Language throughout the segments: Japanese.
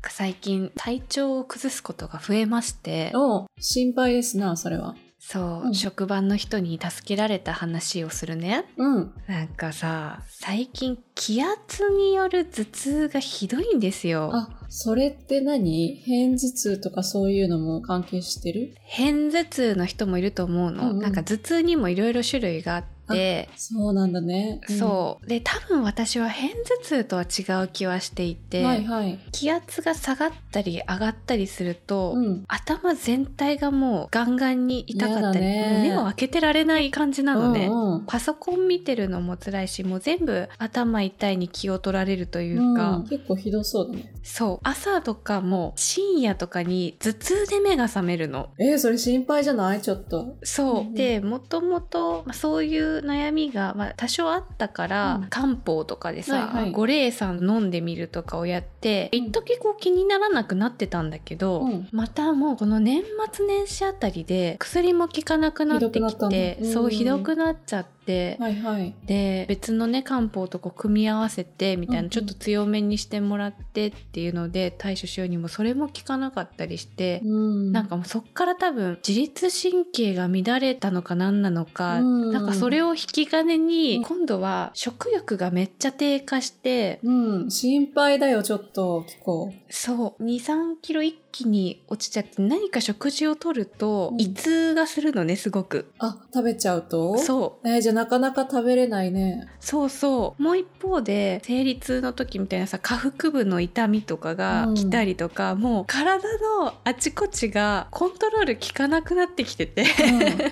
か最近体調を崩すことが増えましておう心配ですな、それは。そう、うん職場の人に助けられた話をするねうん。なんかさ最近気圧による頭痛がひどいんですよあ、それって何片頭痛とかそういうのも関係してる偏頭痛の人もいると思うの、うんうんなんか頭痛にもいろいろ種類があってそうなんだね。うんそうで多分私は偏頭痛とは違う気はしていて、はいはい。気圧が下がったり上がったりすると、うん。頭全体がもうガンガンに痛かったり、嫌だねもう目を開けてられない感じなのね、うんうんパソコン見てるのも辛いしもう全部頭痛いに気を取られるというか、うん結構ひどそうだね。そう朝とかも深夜とかに頭痛で目が覚めるの。えーそれ心配じゃないちょっと。そう、うんうんでもともとまあそういう悩みが、まあ、多少あったから、うん漢方とかでさ、はいはい五苓散飲んでみるとかをやってうん一時こう気にならなくなってたんだけど、うんまたもうこの年末年始あたりで薬も効かなくなってひどくなきったんだてうんそうひどくなっちゃって。はいはい。で別のね漢方とこう組み合わせてみたいな、うんうんちょっと強めにしてもらってっていうので対処しようにもそれも効かなかったりして、うん。なんかもうそっから多分自律神経が乱れたのか何なのか、うんなんかそれを引き金に、うん今度は食欲がめっちゃ低下して、うん。心配だよ、ちょっと、聞こそう23キロ一気に落ちちゃって何か食事をとると、うん胃痛がするのねすごく。あ、食べちゃうとそうえーじゃあなかなか食べれないね。そうそうもう一方で生理痛の時みたいなさ下腹部の痛みとかが来たりとか、もう体のあちこちがコントロール効かなくなってきてて う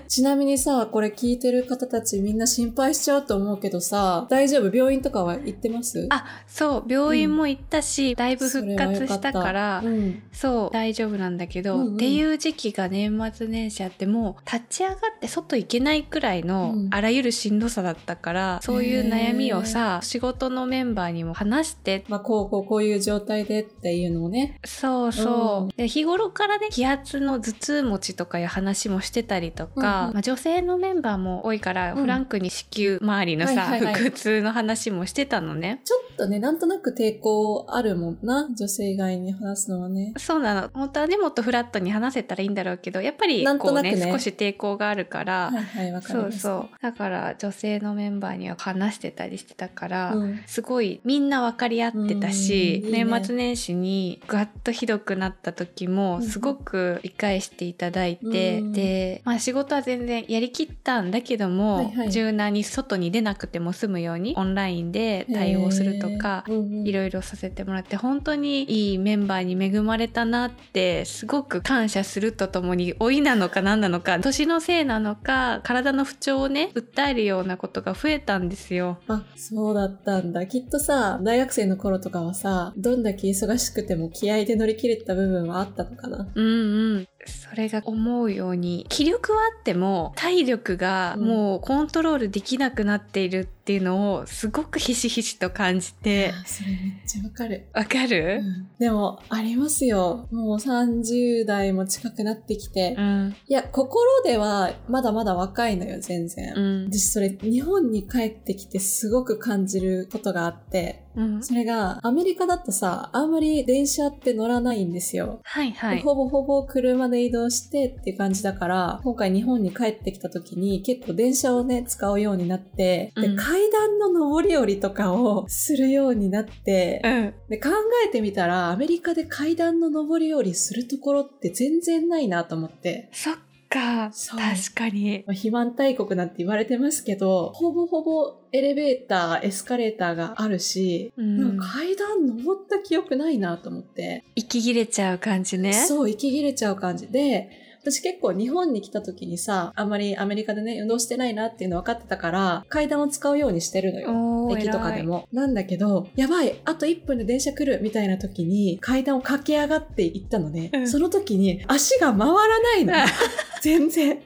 んちなみにさ、これ聞いてる方たちみんな心配しちゃうと思うけどさ、大丈夫病院とかは行ってますあそう病院も行ったし、だいぶ復活したからそれはよかっそう大丈夫なんだけど、うんうっんていう時期が年末年始あってもう立ち上がって外行けないくらいのうんあらゆるしんどさだったから、そういう悩みをさ仕事のメンバーにも話してた。うん。まあ、こう、こう、こういう状態でっていうのをね。そうそう、うんで日頃からね気圧の頭痛持ちとかいう話もしてたりとか、うんうんまあ、女性のメンバーも多いから、うんフランクに子宮周りのさ、はいはいはい腹痛の話もしてたのね。ちょっとね、なんとなく抵抗あるもんな。女性以外に話すのはね。そうなの本当はねもっとフラットに話せたらいいんだろうけどやっぱりなんことうなくねね少し抵抗があるから、はいはい、わかりそまうす。そうだから女性のメンバーには話してたりしてたから、うんすごいみんな分かり合ってたし、うんいいね年末年始にガッとひどくなった時もうんすごく理解していただいて、うんで、まあ、仕事は全然やりきったんだけども、はいはい柔軟に外に出なくても済むようにオンラインで対応するとかへ。ー、うんうんいろいろさせてもらって本当にいいメンバーに恵まれたなってすごく感謝するとともに老いなのか何なのか年のせいなのか体の不調をね訴えるようなことが増えたんですよ。あ、そうだったんだ。きっとさ、大学生の頃とかはさ、どんだけ忙しくても気合で乗り切れた部分はあったのかな。うんうん、それが思うように気力はあっても体力がもうコントロールできなくなっているっていうのをすごくひしひしと感じてあそれめっちゃわかる。わかる、でも、ありますよ。もう30代も近くなってきて。ういんや、心ではまだまだ若いのよ、全然。うん私、それ、日本に帰ってきてすごく感じることがあって、うん、それが、アメリカだとさ、あんまり電車って乗らないんですよ。はいはい。ほぼほぼ車で移動してっていう感じだから、今回日本に帰ってきた時に結構電車をね、使うようになって、うんで、階段の上り下りとかをするようになって、うんで考えてみたらアメリカで階段の上り下りするところって全然ないなと思って、そっかそう確かにまあ、肥満大国なんて言われてますけどほぼほぼエレベーターエスカレーターがあるし、うんなんか階段登った記憶ないなと思って息切れちゃう感じね。そう息切れちゃう感じで私結構日本に来た時にさあんまりアメリカでね運動してないなっていうの分かってたから階段を使うようにしてるのよ。おー駅とかでも。なんだけど、やばい、あと1分で電車来るみたいな時に階段を駆け上がっていったのね、うんその時に足が回らないの偉い。。 全然。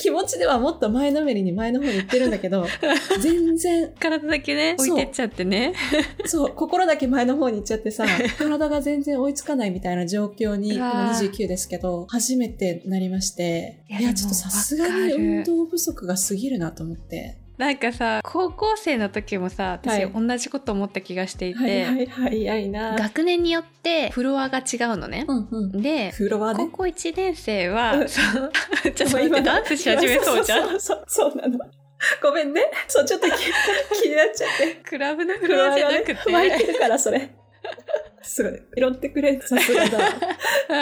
気持ちではもっと前のめりに前の方に行ってるんだけど、全然、体だけねそう置いてっちゃってね。 そう、心だけ前の方に行っちゃってさ、体が全然追いつかないみたいな状況に、うわー今29ですけど、初めてなりまして、いやいや、でもちょっとさすがわかにる運動不足が過ぎるなと思って。なんかさ高校生の時もさは私い同じこと思った気がしていて、はいはいはい、早いな。学年によってフロアが違うのねう。んうん。でフロア高ね。校1年生うはんそう ちょっと待ってダンスし始めそうじゃん。ん。そうそうそうそうなの。ごめんね。そう、ちょっ と気気になっちゃって。クラブのフフロアじゃがなねくて、湧 いてるから、それ。すごい。拾ってくれる。さすがだわ。あ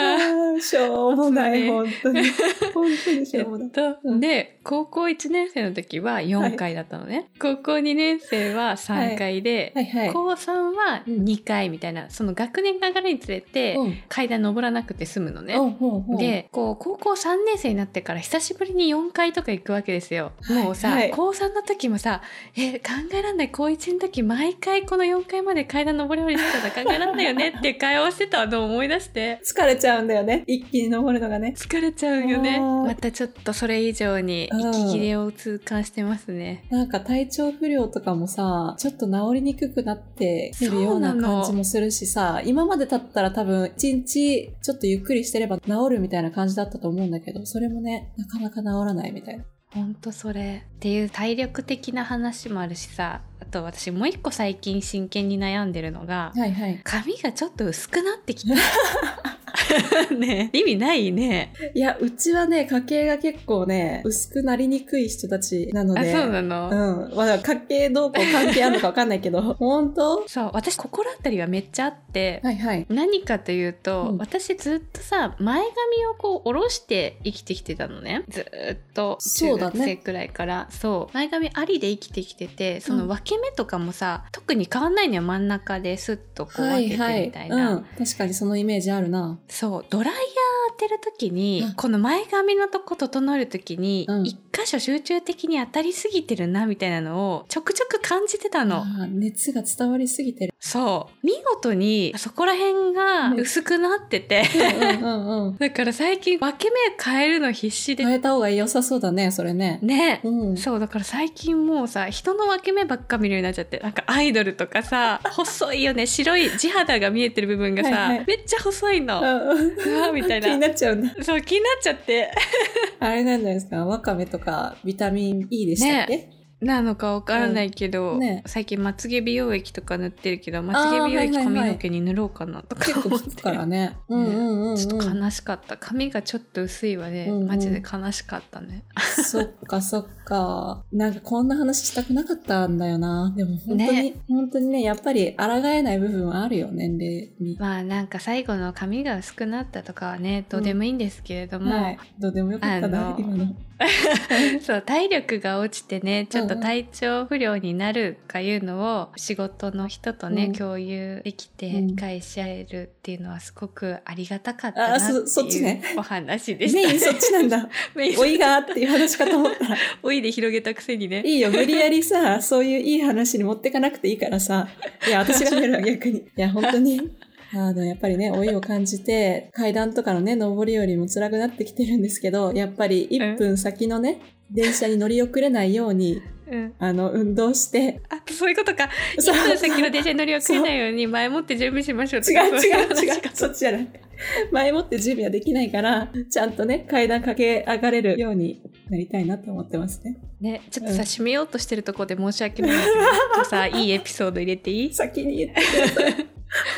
ーしょうもない、そ本当に。本当にしえょっうもない。と、で高校1年生の時は4回だったのね、高校2年生は3回で、はいはい。高3は2回みたいなその学年が上がるにつれて、うん階段登らなくて済むのね、うんうんうんでこう高校3年生になってから久しぶりに4回とか行くわけですよ。はいもうさ、はい高3の時もさえ考えらんない高1の時毎回この4回まで階段登り降りしてたの考えらんないよねっていう会話をしてたのを思い出して疲れちゃうんだよね。一気に登るのがね。疲れちゃうよねあーまたちょっとそれ以上に息切れを痛感してますね。なんか体調不良とかもさ、ちょっと治りにくくなってきてるようなそうなの感じもするしさ、今までだったら多分一日ちょっとゆっくりしてれば治るみたいな感じだったと思うんだけど、それもね、なかなか治らないみたいな。ほんとそれっていう体力的な話もあるしさあと私もう一個最近真剣に悩んでるのが、はいはい。髪がちょっと薄くなって きた。ねえ意味ないね。いや、うちはね、家系が結構ね、薄くなりにくい人たちなのあ、で、そうなの、うん。まあ、家系どうこう関係あるのかわかんないけど、 本当そう、私心当たりはめっちゃあって、はいはい。何かというと、うん私ずっとさ前髪をこう下ろして生きてきてたのねずーっとそ中うだね学生くらいからそう,、前髪ありで生きてきててその分け目とかもさ、特に変わんないのよ真ん中ですっとこうは分いけはてい。みたいな、うん。確かにそのイメージあるな。そうドライヤー当てる時に、うんこの前髪のとこ整える時に、うん一箇所集中的に当たりすぎてるなみたいなのをちょくちょく感じてたの、あー熱が伝わりすぎてる。そう見事にそこら辺がうん薄くなってて、うんうんうんうん。だから最近分け目変えるの必死で変えた方が良さそうだね、それね。ね、うん。そうだから最近もうさ人の分け目ばっか見るようになっちゃってなんかアイドルとか さ細いよね白い地肌が見えてる部分がさはいはいめっちゃ細いの、うんうわみたい気にななっちゃうんだ。そう気になっちゃってあれなんじゃないですか、わかめとかビタミン E でしたっけ、なのかわからないけど、うんね最近まつげ美容液とか塗ってるけどまつげ美容液はいはいはい髪の毛に塗ろうかなとか結構思っ効てくからね。うんうんうん、うん。ちょっと悲しかった髪がちょっと薄いわね、うんうんマジで悲しかったねそっかそっか。なんかこんな話したくなかったんだよな。でも本当に、ね本当にね、やっぱり抗えない部分はあるよ、年齢に。まあなんか最後の髪が薄くなったとかはねどうでもいいんですけれども、はい。どうでもよかったあな、の今の。 そう体力が落ちてねちょっと体調不良になるかいうのを仕事の人とね、うん共有できうてん返し合えるっていうのはすごくありがたかったなあってそそっちいうねお話メでした、インそっちなんだ。 メインおいがーっていう話かと思ったら。おいで広げたくせにねいいよ、無理やりさ、そういういい話に持ってかなくていいからさ。いや、私が見るわ、逆に。いや、本当に。あの、やっぱりね、老いを感じて、階段とかのね、上りよりも辛くなってきてるんですけど、やっぱり1分先のね、電車に乗り遅れないように、 うん、あの、運動して。あそういうことかそう1分先の電車に乗り遅れないように前もって準備しましょうと 違かうそうい違う話違う、そっちじゃない。前もって準備はできないから、ちゃんとね、階段駆け上がれるようになりたいなと思ってますね。ねちょっとうんさ締めようとしてるとこで申し訳ないけどちょっと さいいエピソード入れていい先に言ってくだ さい。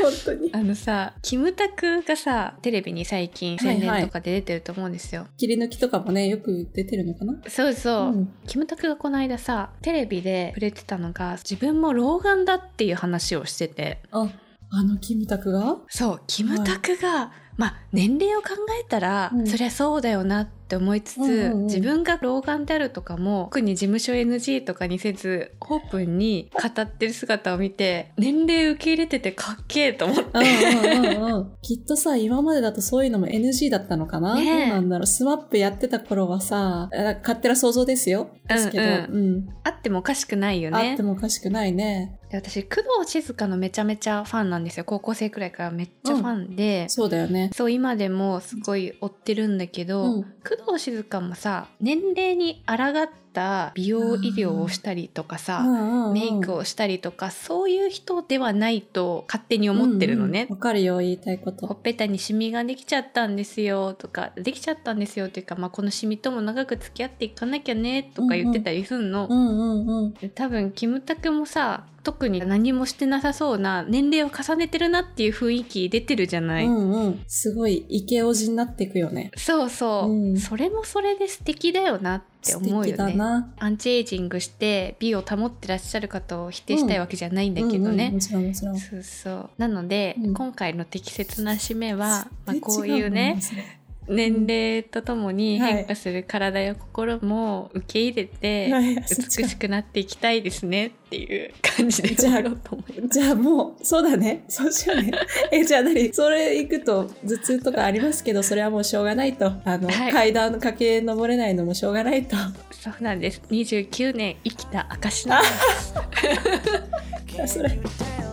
本当に。あのさキムタクがさテレビに最近はいは宣い伝とかで出てると思うんですよ、切り抜きとかもね、よく出てるのかなそうそう、んキムタクがこの間さテレビで触れてたのが自分も老眼だっていう話をしててあ、あのキムタクがそうキムタクが、まあ年齢を考えたら、うんそりゃそうだよなって思いつつ、うんうんうん自分が老眼であるとかも特に事務所 NG とかにせずオープンに語ってる姿を見て年齢受け入れててかっけえと思って。うんうんうんうん。 きっとさ、今までだとそういうのも NG だったのかな、ねえどうなんだろう。スマップやってた頃はさ、あ勝手な想像ですよ。ですけど、ううんん、うんあってもおかしくないよあっねて。もおかしくないね。で私工藤静香のめちゃめちゃファンなんですよ高校生くらいからめっちゃファンで、そうだよね。そう今でもすごい追ってるんだけど、うん。工藤静香もさ年齢に抗っった美容医療をしたりとかさ、メイクををしたりとかそういう人ではないと勝手に思ってるのね。わかるよ、言いたいこほと。っぺたにシミができちゃったんですよとかできちゃったんですよというか、まあ、このシミとも長く付き合っていかなきゃねとか言ってたりすんの、うんうんうん。で多分キムタクもさ特に何もしてなさそうな年齢を重ねてるなっていう雰囲気出てるじゃない、うんうん。すごい、イケオジになっていくよね。そうそう、うんそれもそれで素敵だよなって素思う敵よだねな。アンチエイジングして美を保ってらっしゃる方を否定したいわけじゃないんだけどうんうんねも、ちろんもちろん。そうそうなので、うん今回の適切な締めは、まあ、絶対こういう違もんねそれ年齢とともにはい変化する体や心も受け入れて、はいそっち美かしくなっていきたいですねっていう感じでじゃあ終わろうと思います。じゃあもう、そうだね。そうしようね。 え、じゃあ何それ行くと頭痛とかありますけど、それはもうしょうがないと。あの、はい階段駆け上れないのもしょうがないと。 そうなんです。29年生きた証なんです。それ。Can you tell